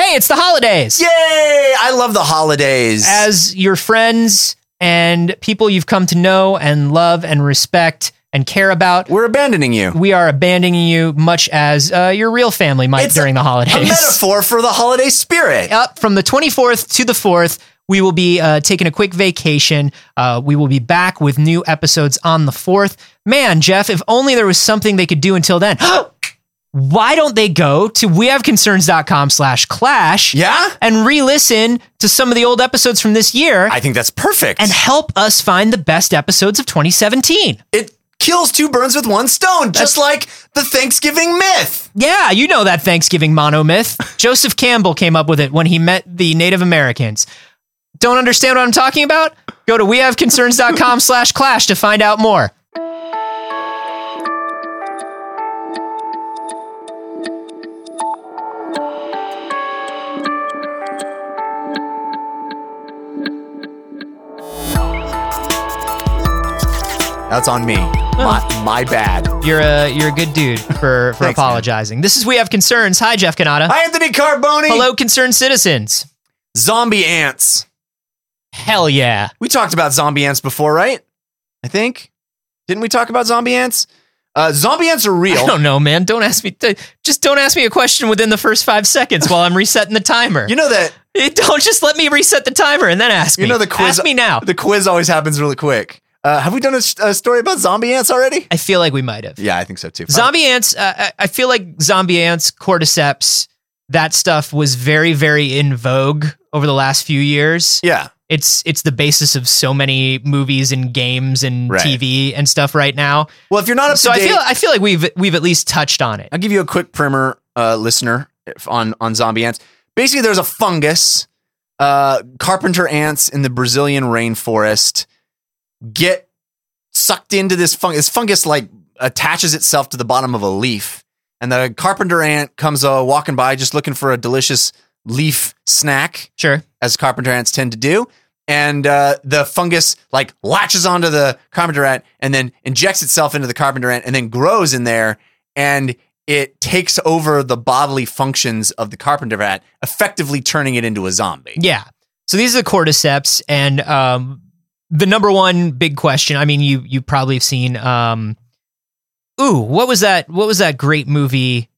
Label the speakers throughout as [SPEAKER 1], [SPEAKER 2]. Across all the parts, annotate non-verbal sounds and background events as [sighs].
[SPEAKER 1] it's the holidays.
[SPEAKER 2] Yay! I love the holidays.
[SPEAKER 1] As your friends and people you've come to know and love and respect and care about,
[SPEAKER 2] We're abandoning you.
[SPEAKER 1] we are abandoning you much as uh, your real family might
[SPEAKER 2] It's
[SPEAKER 1] during the holidays.
[SPEAKER 2] A metaphor for the holiday
[SPEAKER 1] [laughs]
[SPEAKER 2] spirit.
[SPEAKER 1] up from the 24th to the 4th. We will be uh, taking a quick vacation. Uh, we will be back with new episodes on the 4th. Man, Jeff, if only there was something they could do until then. [gasps] Why don't they go to wehaveconcerns.com slash clash
[SPEAKER 2] Yeah?
[SPEAKER 1] and re-listen to some of the old episodes from this year
[SPEAKER 2] I think that's perfect.
[SPEAKER 1] and help us find the best episodes of 2017?
[SPEAKER 2] it kills two birds with one stone, just like the Thanksgiving myth.
[SPEAKER 1] Yeah, you know that Thanksgiving monomyth.
[SPEAKER 2] [laughs]
[SPEAKER 1] Joseph Campbell came up with it when he met the Native Americans. Don't understand what I'm talking about? Go to
[SPEAKER 2] [laughs]
[SPEAKER 1] wehaveconcerns.com slash clash to find out more.
[SPEAKER 2] That's on me. My, my bad.
[SPEAKER 1] You're a you're a good dude
[SPEAKER 2] [laughs]
[SPEAKER 1] for, for
[SPEAKER 2] Thanks,
[SPEAKER 1] apologizing. This is We Have Concerns. Hi, Jeff Canada.
[SPEAKER 2] Hi, Anthony Carboni.
[SPEAKER 1] Hello, concerned citizens.
[SPEAKER 2] Zombie ants.
[SPEAKER 1] Hell yeah.
[SPEAKER 2] We talked about zombie ants before, right? I think. Didn't we talk about zombie ants? Uh, zombie ants are
[SPEAKER 1] I
[SPEAKER 2] real.
[SPEAKER 1] don't know, man. Don't ask me to, just don't ask me a question within the first five seconds while I'm resetting the timer.
[SPEAKER 2] You know that
[SPEAKER 1] It- [laughs] don't just let me reset the timer and then ask
[SPEAKER 2] You
[SPEAKER 1] me.
[SPEAKER 2] know the quiz-
[SPEAKER 1] Ask me now.
[SPEAKER 2] the quiz always happens really quick. Uh, have we done a, s- a story about zombie ants already?
[SPEAKER 1] I feel like we might have.
[SPEAKER 2] Yeah, I think so too.
[SPEAKER 1] Zombie ants. Uh, I- I feel like zombie ants, cordyceps, that stuff was very, very in vogue over the last few years.
[SPEAKER 2] Yeah.
[SPEAKER 1] It's it's the basis of so many movies and games and
[SPEAKER 2] Right.
[SPEAKER 1] TV and stuff right now.
[SPEAKER 2] Well, if you're not up
[SPEAKER 1] So
[SPEAKER 2] to
[SPEAKER 1] I
[SPEAKER 2] date,
[SPEAKER 1] feel I feel like we've we've at least touched on it.
[SPEAKER 2] I'll give you a quick primer, uh, listener, if- on on zombie ants. Basically, there's a fungus, uh, carpenter ants in the Brazilian rainforest get sucked into this fungus. This fungus like attaches itself to the bottom of a leaf, and the carpenter ant comes uh, walking by, just looking for a delicious leaf snack,
[SPEAKER 1] Sure.
[SPEAKER 2] as carpenter ants tend to do. And uh, the fungus like latches onto the carpenter ant and then injects itself into the carpenter ant and then grows in there and it takes over the bodily functions of the carpenter ant, effectively turning it into a zombie.
[SPEAKER 1] Yeah. So these are the cordyceps, and um, the number one big question. I mean, you you probably have seen. Um, ooh, what was that? What was that great movie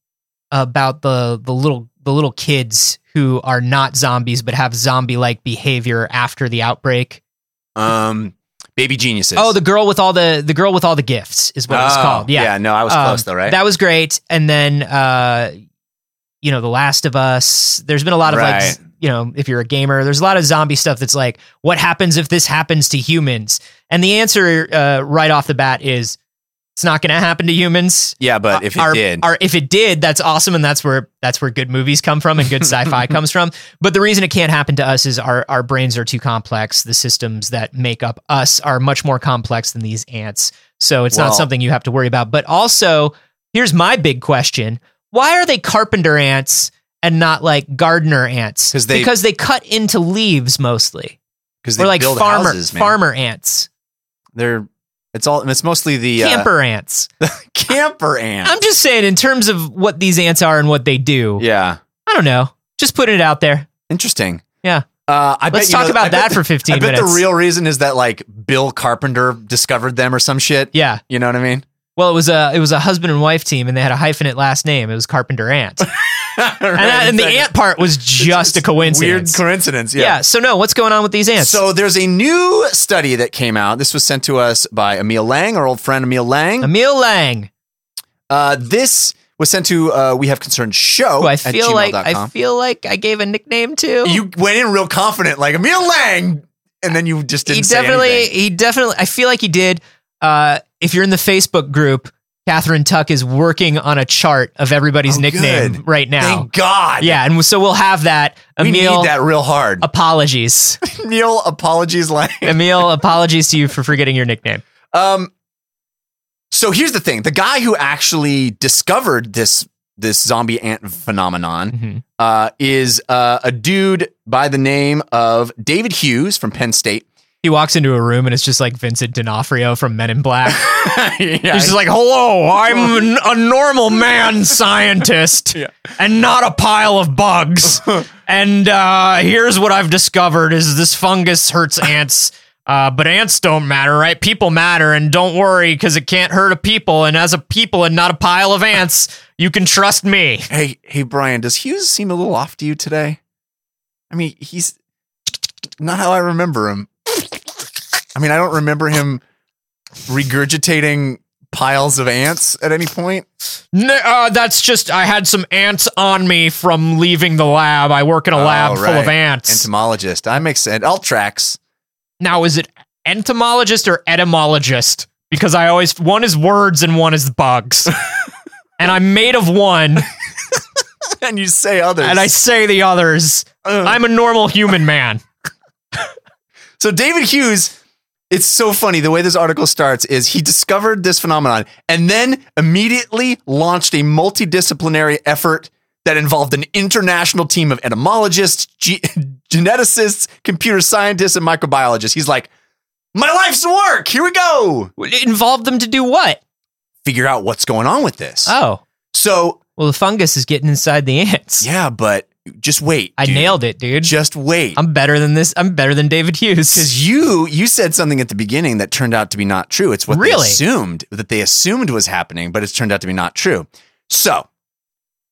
[SPEAKER 1] about the the little the little kids who are not zombies but have zombie like behavior after the outbreak?
[SPEAKER 2] Um, baby geniuses.
[SPEAKER 1] Oh, the girl with all the the girl with all the gifts is what it was
[SPEAKER 2] Oh,
[SPEAKER 1] called. Yeah,
[SPEAKER 2] no, I was
[SPEAKER 1] Um,
[SPEAKER 2] close though, right?
[SPEAKER 1] That was great. And then, uh, you know, The Last of Us. There's been a lot of like,
[SPEAKER 2] Right.
[SPEAKER 1] z- you know, if you're a gamer, there's a lot of zombie stuff that's like, what happens if this happens to humans? And the answer uh, right off the bat is, it's not going to happen to humans.
[SPEAKER 2] yeah, but if it
[SPEAKER 1] Our-
[SPEAKER 2] did,
[SPEAKER 1] our- Uh, if it did, that's awesome, and that's where that's where good movies come from and
[SPEAKER 2] [laughs]
[SPEAKER 1] good sci-fi comes from. But the reason it can't happen to us is our our brains are too complex. The systems that make up us are much more complex than these ants, so it's not
[SPEAKER 2] Well-
[SPEAKER 1] something you have to worry about. But also, here's my big question: Why are they carpenter ants and not like gardener ants?
[SPEAKER 2] 'Cause they-
[SPEAKER 1] because they cut into leaves mostly.
[SPEAKER 2] because they
[SPEAKER 1] Or like
[SPEAKER 2] build
[SPEAKER 1] farmer
[SPEAKER 2] houses, man.
[SPEAKER 1] farmer ants,
[SPEAKER 2] They're it's all it's mostly the uh,
[SPEAKER 1] camper ants.
[SPEAKER 2] camper ant.
[SPEAKER 1] I'm just saying, in terms of what these ants are and what they do,
[SPEAKER 2] yeah,
[SPEAKER 1] I don't know. Just putting it out there.
[SPEAKER 2] interesting.
[SPEAKER 1] Yeah.
[SPEAKER 2] Uh, I
[SPEAKER 1] Let's
[SPEAKER 2] bet, you
[SPEAKER 1] talk
[SPEAKER 2] know-
[SPEAKER 1] about
[SPEAKER 2] I bet
[SPEAKER 1] that
[SPEAKER 2] the-
[SPEAKER 1] for 15
[SPEAKER 2] I bet
[SPEAKER 1] minutes.
[SPEAKER 2] the real reason is that like Bill Carpenter discovered them or some shit.
[SPEAKER 1] yeah.
[SPEAKER 2] You know what I
[SPEAKER 1] [laughs]
[SPEAKER 2] mean?
[SPEAKER 1] Well, it was a it was a husband and wife team, and they had a hyphenate last name. It was Carpenter Ant,
[SPEAKER 2] [laughs]
[SPEAKER 1] and,
[SPEAKER 2] uh,
[SPEAKER 1] that, and the ant part was just a coincidence.
[SPEAKER 2] Weird coincidence.
[SPEAKER 1] yeah. So no, what's going on with these ants?
[SPEAKER 2] So there's a new study that came out. This was sent to us by Emil Lang, our old friend Emil Lang.
[SPEAKER 1] Emil Lang,
[SPEAKER 2] Uh, this was sent to uh, we have concerned show.
[SPEAKER 1] who I
[SPEAKER 2] Oh, at
[SPEAKER 1] feel like I
[SPEAKER 2] gmail.com.
[SPEAKER 1] feel like I gave a nickname to.
[SPEAKER 2] you went in real confident, like Emil Lang, and then you just didn't.
[SPEAKER 1] he
[SPEAKER 2] say
[SPEAKER 1] definitely
[SPEAKER 2] anything.
[SPEAKER 1] he definitely I feel like he did. Uh, if you're in the Facebook group, Catherine Tuck is working on a chart of everybody's
[SPEAKER 2] Oh,
[SPEAKER 1] nickname
[SPEAKER 2] good.
[SPEAKER 1] right now.
[SPEAKER 2] Thank God.
[SPEAKER 1] Yeah, and so we'll have that.
[SPEAKER 2] we
[SPEAKER 1] Emil,
[SPEAKER 2] need that real hard. [laughs]
[SPEAKER 1] apologies.
[SPEAKER 2] Emil, apologies, Lang.
[SPEAKER 1] Emil, apologies to you for forgetting your nickname.
[SPEAKER 2] Um, so here's the thing: the guy who actually discovered this this zombie ant phenomenon
[SPEAKER 1] Mhm.
[SPEAKER 2] uh, is uh, a dude by the name of David Hughes from Penn State.
[SPEAKER 1] He walks into a room and it's just like Vincent D'Onofrio from Men in Black.
[SPEAKER 2] [laughs] yeah,
[SPEAKER 1] He's just like, "Hello, I'm
[SPEAKER 2] [laughs]
[SPEAKER 1] an- a normal man scientist
[SPEAKER 2] Yeah.
[SPEAKER 1] and not a pile of
[SPEAKER 2] [laughs]
[SPEAKER 1] bugs. and uh, here's what I've discovered: is this fungus hurts ants." Uh, but ants don't matter, right? People matter, and don't worry because it can't hurt a people. And as a people and not a pile of ants, you can trust me.
[SPEAKER 2] Hey, hey, Brian, does Hughes seem a little off to you today? I mean, he's not how I remember him. I mean, I don't remember him regurgitating piles of ants at any point.
[SPEAKER 1] N- uh, that's just I had some ants on me from leaving the lab. I work in a
[SPEAKER 2] Oh,
[SPEAKER 1] lab full of
[SPEAKER 2] right.
[SPEAKER 1] ants.
[SPEAKER 2] Entomologist. I make sense. All tracks.
[SPEAKER 1] Now, is it entomologist or etymologist? Because I always one is words and one is
[SPEAKER 2] [laughs]
[SPEAKER 1] bugs, and I'm made of one,
[SPEAKER 2] and you say others. Uh.
[SPEAKER 1] and I say the others.
[SPEAKER 2] Ugh.
[SPEAKER 1] I'm a normal human man.
[SPEAKER 2] So David Hughes, it's so funny the way this article starts is he discovered this phenomenon and then immediately launched a multidisciplinary effort that involved an international team of entomologists, ge- [laughs] geneticists, computer scientists, and microbiologists. He's like, my life's work. Here we go.
[SPEAKER 1] It involved them to do what?
[SPEAKER 2] Figure out what's going on with this.
[SPEAKER 1] Oh,
[SPEAKER 2] so
[SPEAKER 1] well, the fungus is getting inside the ants.
[SPEAKER 2] yeah, but just wait.
[SPEAKER 1] I
[SPEAKER 2] dude.
[SPEAKER 1] nailed it, dude.
[SPEAKER 2] Just wait.
[SPEAKER 1] I'm better than this. I'm better than David Hughes.
[SPEAKER 2] Because you you said something at the beginning that turned out to be not true. It's what they
[SPEAKER 1] Really?
[SPEAKER 2] assumed that they assumed was happening, but it's turned out to be not true. So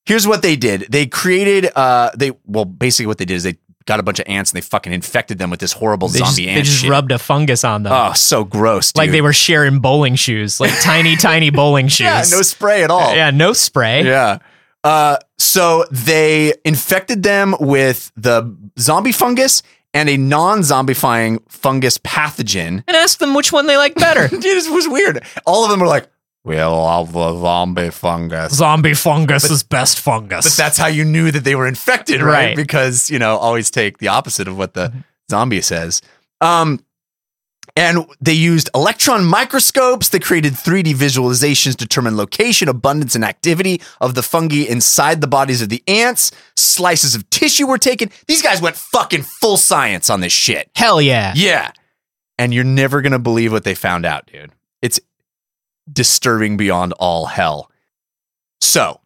[SPEAKER 2] here's what they did: they created uh they well basically what they did is they got a bunch of ants and they fucking infected them with this horrible
[SPEAKER 1] They just,
[SPEAKER 2] zombie
[SPEAKER 1] they
[SPEAKER 2] ant
[SPEAKER 1] just
[SPEAKER 2] shit.
[SPEAKER 1] rubbed a fungus on them.
[SPEAKER 2] oh, so gross!
[SPEAKER 1] like
[SPEAKER 2] dude.
[SPEAKER 1] they were sharing bowling shoes, like
[SPEAKER 2] [laughs]
[SPEAKER 1] tiny, tiny bowling shoes.
[SPEAKER 2] yeah, no spray at all.
[SPEAKER 1] Yeah, no spray.
[SPEAKER 2] Yeah. Uh, so they infected them with the zombie fungus and a non-zombifying fungus pathogen.
[SPEAKER 1] And ask them which one they like better.
[SPEAKER 2] [laughs] Dude, this was weird. All of them were like, "We love the zombie fungus,"
[SPEAKER 1] [laughs] Zombie fungus is best fungus.
[SPEAKER 2] but that's how you knew that they were infected, right?
[SPEAKER 1] Right.
[SPEAKER 2] Because you know, always take the opposite of what the zombie says. Um, and they used electron microscopes. They created 3D visualizations, determine location, abundance, and activity of the fungi inside the bodies of the ants. Slices of tissue were taken. These guys went fucking full science on this shit.
[SPEAKER 1] Hell yeah.
[SPEAKER 2] [laughs] Yeah. And you're never going to believe what they found out, dude. It's disturbing beyond all hell. So,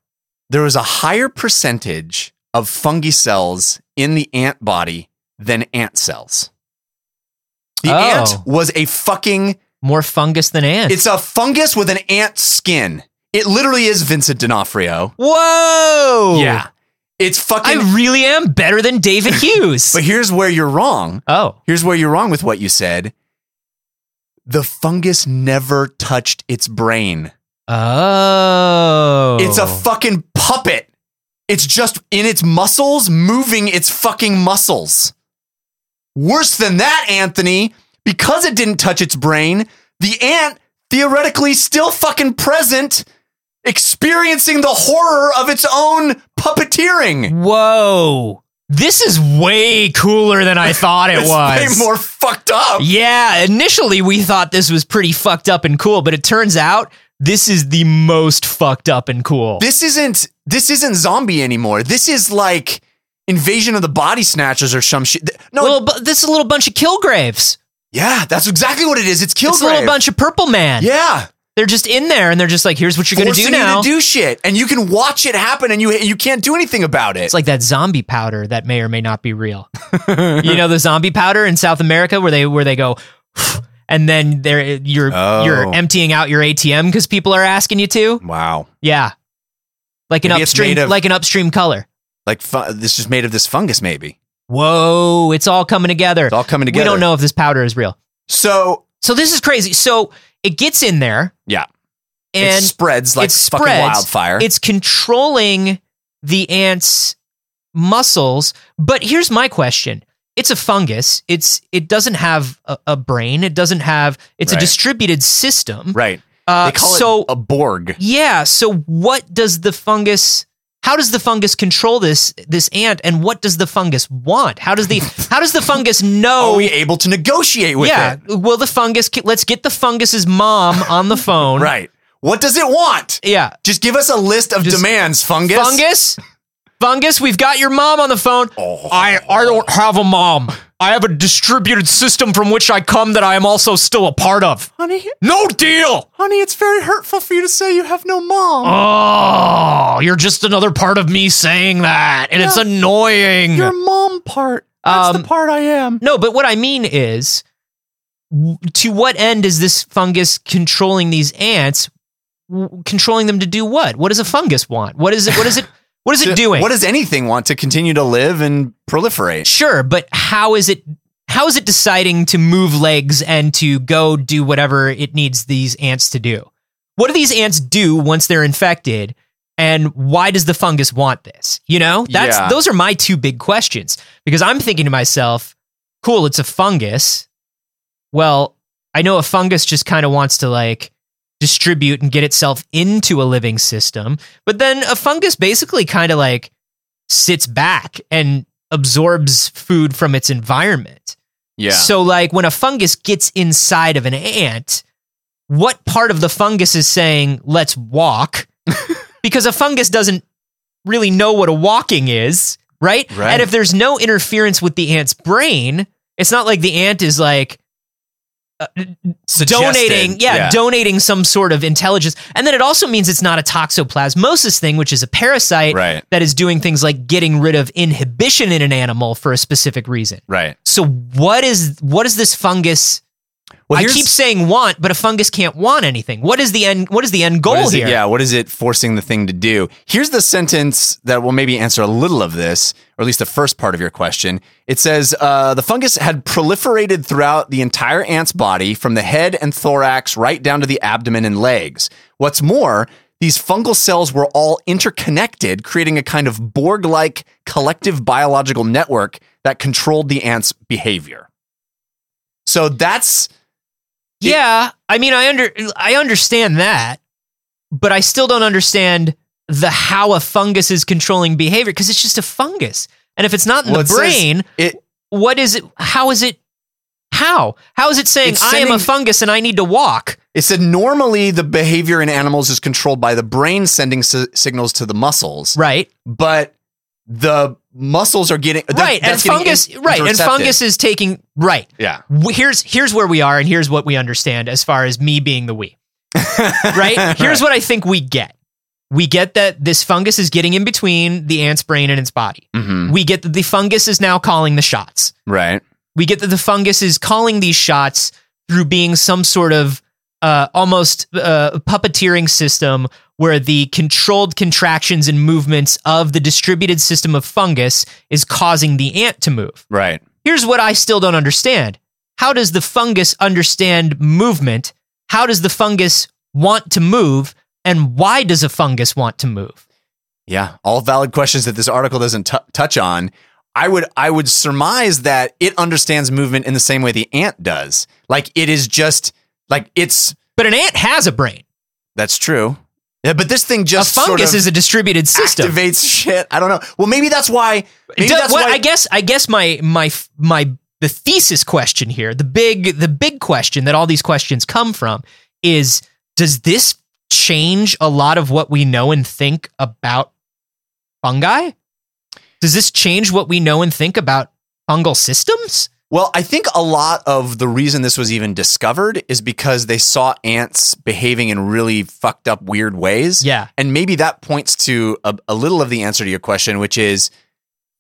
[SPEAKER 2] there was a higher percentage of fungi cells in the ant body than ant cells. The
[SPEAKER 1] Oh.
[SPEAKER 2] ant was
[SPEAKER 1] [laughs]
[SPEAKER 2] a fucking
[SPEAKER 1] More fungus than ants.
[SPEAKER 2] it's a fungus with an ant skin. It literally is Vincent D'Onofrio.
[SPEAKER 1] Whoa.
[SPEAKER 2] It's fucking
[SPEAKER 1] I really am better than
[SPEAKER 2] [laughs]
[SPEAKER 1] David Hughes.
[SPEAKER 2] But here's where you're wrong.
[SPEAKER 1] oh.
[SPEAKER 2] Here's where you're wrong with what you said. The fungus never touched its brain.
[SPEAKER 1] Oh.
[SPEAKER 2] It's a fucking puppet. It's just in its muscles, moving its fucking muscles. Worse than that, Anthony, because it didn't touch its brain, the ant theoretically still fucking present, experiencing the horror of its own puppeteering.
[SPEAKER 1] Whoa. This is way cooler than I thought it
[SPEAKER 2] [laughs] It's
[SPEAKER 1] was.
[SPEAKER 2] way more fucked up.
[SPEAKER 1] yeah, initially we thought this was pretty fucked up and cool, but it turns out this is the most fucked up and cool.
[SPEAKER 2] this isn't this isn't zombie anymore. This is like invasion of the body snatchers or some shit. Th- No,
[SPEAKER 1] little, bu- this is a little bunch of kill graves.
[SPEAKER 2] yeah, that's exactly what it is. It's
[SPEAKER 1] It's a little
[SPEAKER 2] Kilgrave.
[SPEAKER 1] bunch of purple man.
[SPEAKER 2] Yeah,
[SPEAKER 1] They're just in there and they're just like, here's what you're going to
[SPEAKER 2] forcing
[SPEAKER 1] do now.
[SPEAKER 2] You to do shit, and you can watch it happen, and you you can't do anything about it.
[SPEAKER 1] It's like that zombie powder that may or may not be real. [laughs] you know the zombie powder in South America where they where they go [sighs] and then there you're
[SPEAKER 2] Oh.
[SPEAKER 1] you're emptying out your ATM cuz people are asking you to.
[SPEAKER 2] wow,
[SPEAKER 1] Yeah. Like an
[SPEAKER 2] Maybe it's
[SPEAKER 1] upstream
[SPEAKER 2] made of-
[SPEAKER 1] like an upstream color.
[SPEAKER 2] like fu- this is made of this fungus. Maybe
[SPEAKER 1] Whoa, it's all coming together.
[SPEAKER 2] it's all coming together.
[SPEAKER 1] We don't know if this powder is real.
[SPEAKER 2] So
[SPEAKER 1] So this is crazy. So it gets in there.
[SPEAKER 2] Yeah.
[SPEAKER 1] And
[SPEAKER 2] it spreads like
[SPEAKER 1] it
[SPEAKER 2] fucking
[SPEAKER 1] spreads.
[SPEAKER 2] wildfire.
[SPEAKER 1] it's controlling the ant's muscles. But here's my question: It's a fungus. It's it doesn't have a, a brain. It doesn't have. It's
[SPEAKER 2] Right.
[SPEAKER 1] a distributed system.
[SPEAKER 2] right.
[SPEAKER 1] Uh,
[SPEAKER 2] They call
[SPEAKER 1] so
[SPEAKER 2] it a Borg.
[SPEAKER 1] yeah. So what does the fungus? How does the fungus control this this ant? And what does the fungus want? How does the how does the fungus
[SPEAKER 2] [laughs] Oh,
[SPEAKER 1] know?
[SPEAKER 2] Are we able to negotiate with
[SPEAKER 1] Oh. yeah.
[SPEAKER 2] it?
[SPEAKER 1] Will the fungus? Let's get the fungus's mom on the phone.
[SPEAKER 2] [laughs] Right. What does it want?
[SPEAKER 1] Yeah.
[SPEAKER 2] Just give us a list of
[SPEAKER 1] Just-
[SPEAKER 2] demands, fungus.
[SPEAKER 1] Fungus? Fungus, we've got your mom on the phone.
[SPEAKER 2] Oh.
[SPEAKER 1] I I don't have a mom. I have a distributed system from which I come that I am also still a part of.
[SPEAKER 2] Honey,
[SPEAKER 1] No deal.
[SPEAKER 2] honey, it's very hurtful for you to say you have no mom.
[SPEAKER 1] Oh, you're just another part of me saying that, and it's
[SPEAKER 2] Yeah.
[SPEAKER 1] annoying.
[SPEAKER 2] Your mom part. That's
[SPEAKER 1] Um,
[SPEAKER 2] the part I am.
[SPEAKER 1] No, but what I mean is, w- to what end is this fungus controlling these ants? W- Controlling them to do what? What does a fungus want? What is it? What is it? [laughs] What is it doing?
[SPEAKER 2] What does anything want to continue to live and proliferate?
[SPEAKER 1] sure, but how is it? How is it deciding to move legs and to go do whatever it needs these ants to do? What do these ants do once they're infected? And why does the fungus want this? You know, that's
[SPEAKER 2] Yeah.
[SPEAKER 1] those are my two big questions because I'm thinking to myself, cool, it's a fungus. Well, I know a fungus just kind of wants to like distribute and get itself into a living system, but then a fungus basically kind of like sits back and absorbs food from its environment.
[SPEAKER 2] Yeah.
[SPEAKER 1] So like when a fungus gets inside of an ant, what part of the fungus is saying, "Let's
[SPEAKER 2] [laughs]
[SPEAKER 1] walk?" because a fungus doesn't really know what a walking is, right?
[SPEAKER 2] Right.
[SPEAKER 1] And if there's no interference with the ant's brain, it's not like the ant is like uh, donating, yeah, donating some sort of intelligence. And then it also means it's not a toxoplasmosis thing, which is a parasite
[SPEAKER 2] right.
[SPEAKER 1] that is doing things like getting rid of inhibition in an animal for a specific reason.
[SPEAKER 2] Right.
[SPEAKER 1] So what is what is this fungus?
[SPEAKER 2] Well,
[SPEAKER 1] I
[SPEAKER 2] here's-
[SPEAKER 1] keep saying want, but a fungus can't want anything. What is the end? What is the end
[SPEAKER 2] what
[SPEAKER 1] goal
[SPEAKER 2] is it-
[SPEAKER 1] here?
[SPEAKER 2] yeah. What is it forcing the thing to do? Here's the sentence that will maybe answer a little of this, or at least the first part of your question. It says uh, the fungus had proliferated throughout the entire ant's body, from the head and thorax right down to the abdomen and legs. What's more, these fungal cells were all interconnected, creating a kind of Borg like collective biological network that controlled the ant's behavior. So that's
[SPEAKER 1] Yeah, I mean, I under I understand that, but I still don't understand the how a fungus is controlling behavior because it's just a fungus, and if it's not in
[SPEAKER 2] Well, it
[SPEAKER 1] the
[SPEAKER 2] says
[SPEAKER 1] brain,
[SPEAKER 2] it.
[SPEAKER 1] what is it? How is it? How how is it saying
[SPEAKER 2] It's
[SPEAKER 1] I am a
[SPEAKER 2] sending-
[SPEAKER 1] fungus and I need to walk?
[SPEAKER 2] It said normally the behavior in animals is controlled by the brain sending si- signals to the muscles,
[SPEAKER 1] Right,
[SPEAKER 2] but the muscles are getting that-
[SPEAKER 1] right, and
[SPEAKER 2] that's getting
[SPEAKER 1] fungus,
[SPEAKER 2] in-
[SPEAKER 1] right, and
[SPEAKER 2] intercepted.
[SPEAKER 1] fungus is taking right.
[SPEAKER 2] Yeah,
[SPEAKER 1] w- here's here's where we are and here's what we understand as far as me being the we right here's what i think we get we get that this fungus is getting in between the ant's brain and its body
[SPEAKER 2] hmm
[SPEAKER 1] we get that the fungus is now calling the shots
[SPEAKER 2] right.
[SPEAKER 1] we get that the fungus is calling these shots through being some sort of uh, almost uh, puppeteering system where the controlled contractions and movements of the distributed system of fungus is causing the ant to move
[SPEAKER 2] Right.
[SPEAKER 1] Here's what I still don't understand. How does the fungus understand movement? How does the fungus want to move? And why does a fungus want to move?
[SPEAKER 2] Yeah, all valid questions that this article doesn't t- touch on. I would I would surmise that it understands movement in the same way the ant does. Like it is just like it's
[SPEAKER 1] But an ant has a brain.
[SPEAKER 2] that's true. Yeah, but this thing
[SPEAKER 1] A
[SPEAKER 2] just
[SPEAKER 1] fungus
[SPEAKER 2] sort of
[SPEAKER 1] is a distributed system.
[SPEAKER 2] activates shit. I don't know. Well, maybe that's why. Maybe
[SPEAKER 1] Does-
[SPEAKER 2] that's
[SPEAKER 1] what-
[SPEAKER 2] why
[SPEAKER 1] I guess I guess my my my the thesis question here, the big the big question that all these questions come from is does this change a lot of what we know and think about fungi? Does this change what we know and think about fungal systems?
[SPEAKER 2] Well, I think a lot of the reason this was even discovered is because they saw ants behaving in really fucked up, weird ways.
[SPEAKER 1] Yeah.
[SPEAKER 2] And maybe that points to a, a little of the answer to your question, which is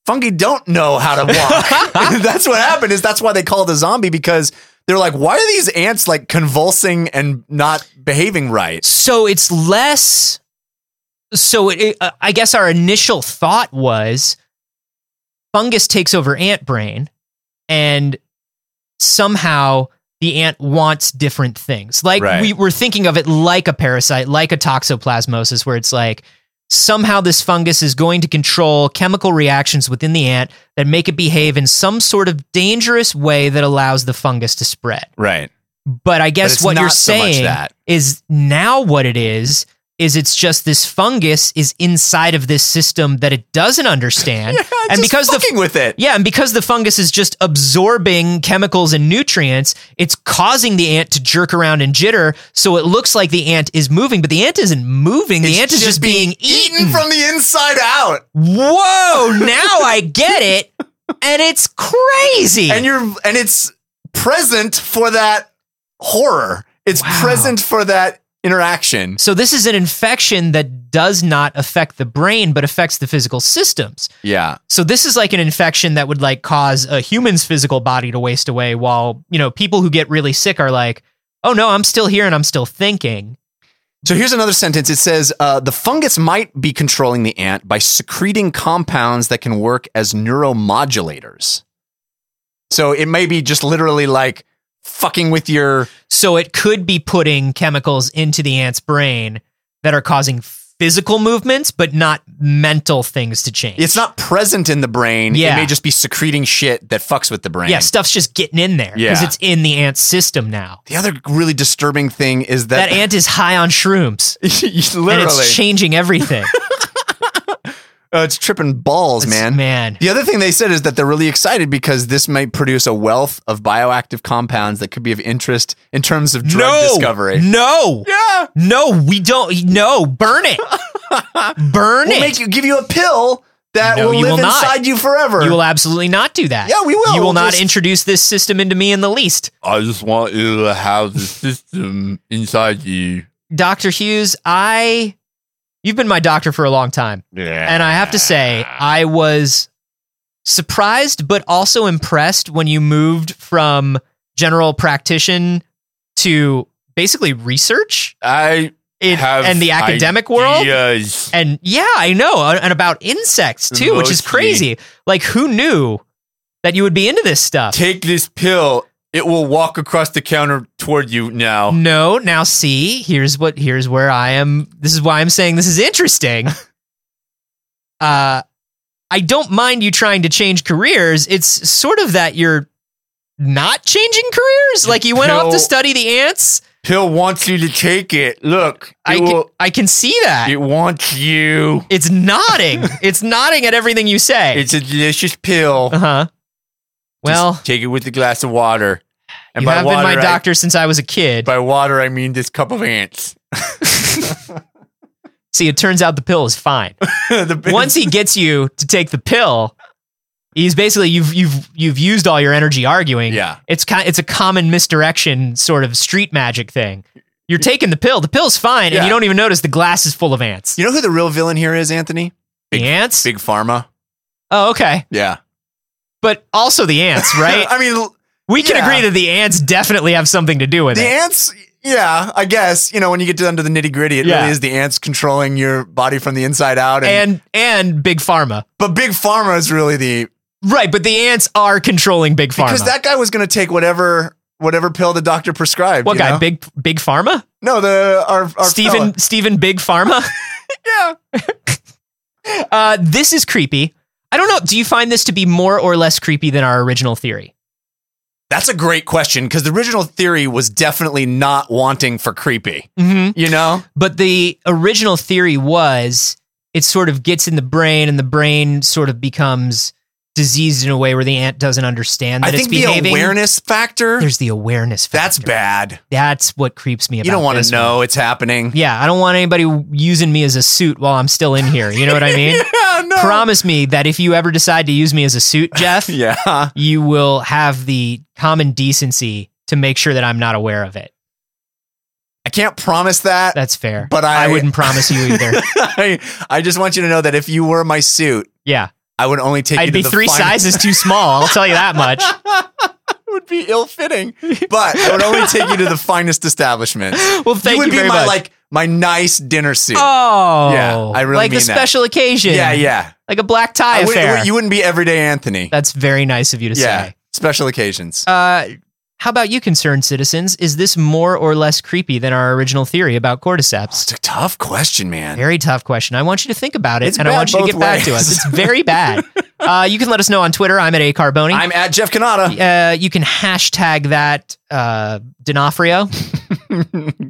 [SPEAKER 2] fungi don't know how
[SPEAKER 1] [laughs]
[SPEAKER 2] to walk. [laughs] that's what happened. Is that's why they called a zombie because they're like, why are these ants like convulsing and not behaving right?
[SPEAKER 1] So it's less. So it, it- uh, I guess our initial thought was fungus takes over ant brain, and somehow the ant wants different things. Like
[SPEAKER 2] Right.
[SPEAKER 1] we were thinking of it like a parasite, like a toxoplasmosis, where it's like somehow this fungus is going to control chemical reactions within the ant that make it behave in some sort of dangerous way that allows the fungus to spread.
[SPEAKER 2] [laughs] Right.
[SPEAKER 1] But I guess
[SPEAKER 2] it's
[SPEAKER 1] what you're
[SPEAKER 2] not so much
[SPEAKER 1] saying
[SPEAKER 2] that.
[SPEAKER 1] is now what it is is it's just this fungus is inside of this system that it doesn't
[SPEAKER 2] [laughs]
[SPEAKER 1] understand.
[SPEAKER 2] and
[SPEAKER 1] because
[SPEAKER 2] because
[SPEAKER 1] the-
[SPEAKER 2] fucking with it.
[SPEAKER 1] yeah, and because the fungus is just absorbing chemicals and nutrients, it's causing the ant to jerk around and jitter, so it looks like the ant is moving, but the ant isn't moving. The
[SPEAKER 2] It's
[SPEAKER 1] ant is just being eaten.
[SPEAKER 2] from the inside out. [laughs]
[SPEAKER 1] Whoa, now I get it. and it's crazy.
[SPEAKER 2] and you're and it's present for that horror. It's
[SPEAKER 1] Wow.
[SPEAKER 2] present for that interaction.
[SPEAKER 1] so this is an infection that does not affect the brain, but affects the physical systems.
[SPEAKER 2] Yeah.
[SPEAKER 1] So this is like an infection that would like cause a human's physical body to waste away while, you know, people who get really sick are like, "Oh no, I'm still here and I'm still thinking."
[SPEAKER 2] So here's another sentence. It says uh, the fungus might be controlling the ant by secreting compounds that can work as neuromodulators. So it may be just literally like fucking with your
[SPEAKER 1] So it could be putting chemicals into the ant's brain that are causing physical movements but not mental things to change.
[SPEAKER 2] it's not present in the brain. It
[SPEAKER 1] Yeah.
[SPEAKER 2] may just be secreting shit that fucks with the brain.
[SPEAKER 1] Yeah, stuff's just getting in there because
[SPEAKER 2] Yeah.
[SPEAKER 1] it's in the ant's system now.
[SPEAKER 2] The other really disturbing thing is that, [laughs]
[SPEAKER 1] That ant is high on shrooms
[SPEAKER 2] literally
[SPEAKER 1] and it's
[SPEAKER 2] it's,
[SPEAKER 1] changing everything.
[SPEAKER 2] uh, it's tripping balls, [laughs] man.
[SPEAKER 1] man.
[SPEAKER 2] The other thing they said is that they're really excited because this might produce a wealth of bioactive compounds that could be of interest in terms of drug discovery.
[SPEAKER 1] No.
[SPEAKER 2] Yeah.
[SPEAKER 1] No, we don't. No, burn
[SPEAKER 2] [laughs]
[SPEAKER 1] it. burn
[SPEAKER 2] We'll
[SPEAKER 1] it.
[SPEAKER 2] make you give you a pill that
[SPEAKER 1] No,
[SPEAKER 2] will
[SPEAKER 1] you
[SPEAKER 2] live
[SPEAKER 1] will not.
[SPEAKER 2] inside you forever.
[SPEAKER 1] You will absolutely not do that.
[SPEAKER 2] Yeah, we will.
[SPEAKER 1] You will
[SPEAKER 2] We'll
[SPEAKER 1] not
[SPEAKER 2] just-
[SPEAKER 1] introduce this system into me in the least.
[SPEAKER 3] I just want you to have the system inside you.
[SPEAKER 1] Dr. Hughes, I you've been my doctor for a long time.
[SPEAKER 3] Yeah.
[SPEAKER 1] And I have to say, I was surprised but also impressed when you moved from general practitioner to basically research
[SPEAKER 3] I
[SPEAKER 1] in
[SPEAKER 3] have
[SPEAKER 1] and the academic world.
[SPEAKER 3] ideas.
[SPEAKER 1] And yeah, I know, uh, and about insects too, which is
[SPEAKER 3] Mostly.
[SPEAKER 1] crazy. Like who knew that you would be into this stuff?
[SPEAKER 3] Take this pill. It will walk across the counter toward you now.
[SPEAKER 1] No, now see, here's what here's where I am. This is why I'm saying this is
[SPEAKER 3] [laughs]
[SPEAKER 1] interesting. uh I don't mind you trying to change careers. It's sort of that you're not changing careers. Like you went off
[SPEAKER 3] No.
[SPEAKER 1] to study the ants.
[SPEAKER 3] Pill wants you to take it. Look, it,
[SPEAKER 1] I can,
[SPEAKER 3] will,
[SPEAKER 1] I can see that.
[SPEAKER 3] it wants you.
[SPEAKER 1] it's
[SPEAKER 3] [laughs]
[SPEAKER 1] nodding. it's nodding at everything you say.
[SPEAKER 3] It's a delicious pill.
[SPEAKER 1] uh huh. Well,
[SPEAKER 3] Just take it with a glass of water. And
[SPEAKER 1] you
[SPEAKER 3] by
[SPEAKER 1] have
[SPEAKER 3] water,
[SPEAKER 1] been my
[SPEAKER 3] I-
[SPEAKER 1] doctor since I was a kid.
[SPEAKER 3] by water, I mean this cup of ants.
[SPEAKER 1] See, it turns out the pill is
[SPEAKER 2] [laughs]
[SPEAKER 1] fine.
[SPEAKER 3] the big-
[SPEAKER 1] Once he gets you to take the pill, he's basically you've you've you've used all your energy arguing.
[SPEAKER 3] yeah,
[SPEAKER 1] It's kind it's a common misdirection sort of street magic thing. You're taking the pill. The pill's fine, and
[SPEAKER 3] Yeah.
[SPEAKER 1] you don't even notice the glass is full of ants.
[SPEAKER 2] you know who the real villain here is, Anthony?
[SPEAKER 1] the ants?
[SPEAKER 2] Big Pharma.
[SPEAKER 1] oh, okay.
[SPEAKER 2] Yeah.
[SPEAKER 1] But also the
[SPEAKER 2] [laughs]
[SPEAKER 1] ants, right?
[SPEAKER 2] I mean, l-
[SPEAKER 1] we can
[SPEAKER 2] yeah.
[SPEAKER 1] agree that the ants definitely have something to do with
[SPEAKER 2] the
[SPEAKER 1] it.
[SPEAKER 2] ants. Yeah, I guess you know when you get down to the nitty gritty, it
[SPEAKER 1] Yeah.
[SPEAKER 2] really is the ants controlling your body from the inside out. And,
[SPEAKER 1] and and big pharma.
[SPEAKER 2] but Big Pharma is really the
[SPEAKER 1] Right, but the ants are controlling big pharma.
[SPEAKER 2] because that guy was going to take whatever whatever pill the doctor prescribed.
[SPEAKER 1] what
[SPEAKER 2] you
[SPEAKER 1] guy?
[SPEAKER 2] know?
[SPEAKER 1] Big big pharma?
[SPEAKER 2] No, the our, our
[SPEAKER 1] Stephen
[SPEAKER 2] fella.
[SPEAKER 1] Stephen Big Pharma. [laughs]
[SPEAKER 2] Yeah.
[SPEAKER 1] Uh, this is creepy. I don't know. Do you find this to be more or less creepy than our original theory?
[SPEAKER 2] That's a great question because the original theory was definitely not wanting for creepy.
[SPEAKER 1] Mm-hmm.
[SPEAKER 2] You know,
[SPEAKER 1] But the original theory was it sort of gets in the brain, and the brain sort of becomes diseased in a way where the ant doesn't understand
[SPEAKER 2] I
[SPEAKER 1] that it's
[SPEAKER 2] think the
[SPEAKER 1] behaving.
[SPEAKER 2] awareness factor
[SPEAKER 1] There's the awareness.
[SPEAKER 2] that's
[SPEAKER 1] factor.
[SPEAKER 2] bad.
[SPEAKER 1] That's what creeps me. about
[SPEAKER 2] You don't want
[SPEAKER 1] this
[SPEAKER 2] to know
[SPEAKER 1] one. [laughs]
[SPEAKER 2] it's happening.
[SPEAKER 1] Yeah, I don't want anybody using me as a suit while I'm still in here. You know what I mean?
[SPEAKER 2] [laughs] Yeah, no.
[SPEAKER 1] Promise me that if you ever decide to use me as a suit, Jeff,
[SPEAKER 2] [laughs] yeah,
[SPEAKER 1] you will have the common decency to make sure that I'm not aware of it.
[SPEAKER 2] I can't promise that,
[SPEAKER 1] That's fair.
[SPEAKER 2] but I,
[SPEAKER 1] I wouldn't promise you either.
[SPEAKER 2] [laughs] I, I just want you to know that if you were my suit,
[SPEAKER 1] Yeah.
[SPEAKER 2] I would only take. you
[SPEAKER 1] I'd
[SPEAKER 2] to
[SPEAKER 1] be
[SPEAKER 2] the
[SPEAKER 1] three
[SPEAKER 2] final-
[SPEAKER 1] sizes too small. I'll tell you that much.
[SPEAKER 2] [laughs] It would be ill fitting, but I would only take you to
[SPEAKER 1] [laughs]
[SPEAKER 2] the finest establishment.
[SPEAKER 1] Well, thank you,
[SPEAKER 2] would be
[SPEAKER 1] very
[SPEAKER 2] my
[SPEAKER 1] much.
[SPEAKER 2] like my nice dinner suit.
[SPEAKER 1] oh,
[SPEAKER 2] Yeah, I really
[SPEAKER 1] like a
[SPEAKER 2] mean that.
[SPEAKER 1] special occasion.
[SPEAKER 2] yeah, yeah.
[SPEAKER 1] Like a black tie
[SPEAKER 2] I wouldn't-
[SPEAKER 1] affair.
[SPEAKER 2] you wouldn't be everyday Anthony.
[SPEAKER 1] That's very nice of you to
[SPEAKER 2] yeah,
[SPEAKER 1] say.
[SPEAKER 2] special occasions.
[SPEAKER 1] Uh, how about you, concerned citizens? Is this more or less creepy than our original theory about cordyceps?
[SPEAKER 2] It's a tough question, man.
[SPEAKER 1] Very tough question. I want you to think about it,
[SPEAKER 2] It's
[SPEAKER 1] and I
[SPEAKER 2] bad
[SPEAKER 1] want you to
[SPEAKER 2] both
[SPEAKER 1] get back to
[SPEAKER 2] ways.
[SPEAKER 1] us. It's very
[SPEAKER 2] [laughs]
[SPEAKER 1] bad. uh, you can let us know on Twitter. I'm at a carboni.
[SPEAKER 2] I'm at Jeff Canada.
[SPEAKER 1] uh, you can hashtag that uh,
[SPEAKER 2] [laughs]
[SPEAKER 1] D'Onofrio.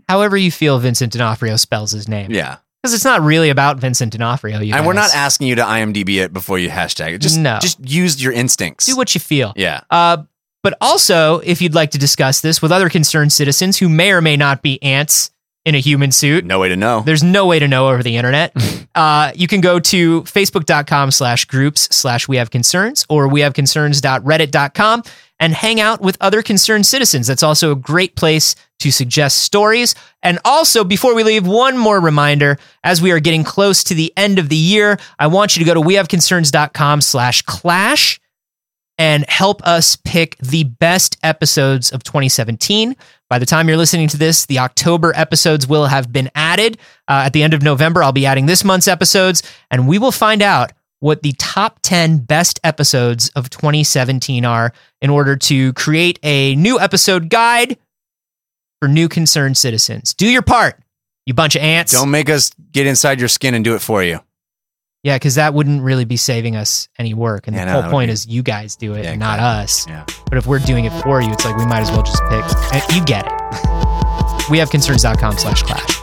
[SPEAKER 1] However you feel Vincent D'Onofrio spells his name.
[SPEAKER 2] Yeah,
[SPEAKER 1] Because it's not really about Vincent D'Onofrio. You
[SPEAKER 2] and we're
[SPEAKER 1] guys.
[SPEAKER 2] not asking you to IMDb it before you hashtag it. Just
[SPEAKER 1] No.
[SPEAKER 2] just use your instincts.
[SPEAKER 1] Do what you feel.
[SPEAKER 2] yeah,
[SPEAKER 1] Uh, but also, if you'd like to discuss this with other concerned citizens who may or may not be ants in a human suit.
[SPEAKER 2] No way to know.
[SPEAKER 1] There's no way to know over the internet. uh, you can go to facebook.com slash groups slash we have concerns or we have concerns.reddit.com and hang out with other concerned citizens. That's also a great place to suggest stories. And also, before we leave, one more reminder as we are getting close to the end of the year, I want you to go to wehaveconcerns.com slash clash and help us pick the best episodes of 2017. By the time you're listening to this, the October episodes will have been added. Uh, at the end of November, I'll be adding this month's episodes, and we will find out what the top 10 best episodes of 2017 are in order to create a new episode guide for new concerned citizens. Do your part, you bunch of ants.
[SPEAKER 2] Don't make us get inside your skin and do it for you.
[SPEAKER 1] Yeah, because that wouldn't really be saving us any work. And the
[SPEAKER 2] Yeah, no,
[SPEAKER 1] whole
[SPEAKER 2] that would
[SPEAKER 1] point
[SPEAKER 2] be-
[SPEAKER 1] is you guys do it
[SPEAKER 2] Yeah,
[SPEAKER 1] and not us.
[SPEAKER 2] Yeah.
[SPEAKER 1] But if we're doing it eh, [laughs] for you, it's like we might as well just pick. and You get it. We have concerns.com slash clash.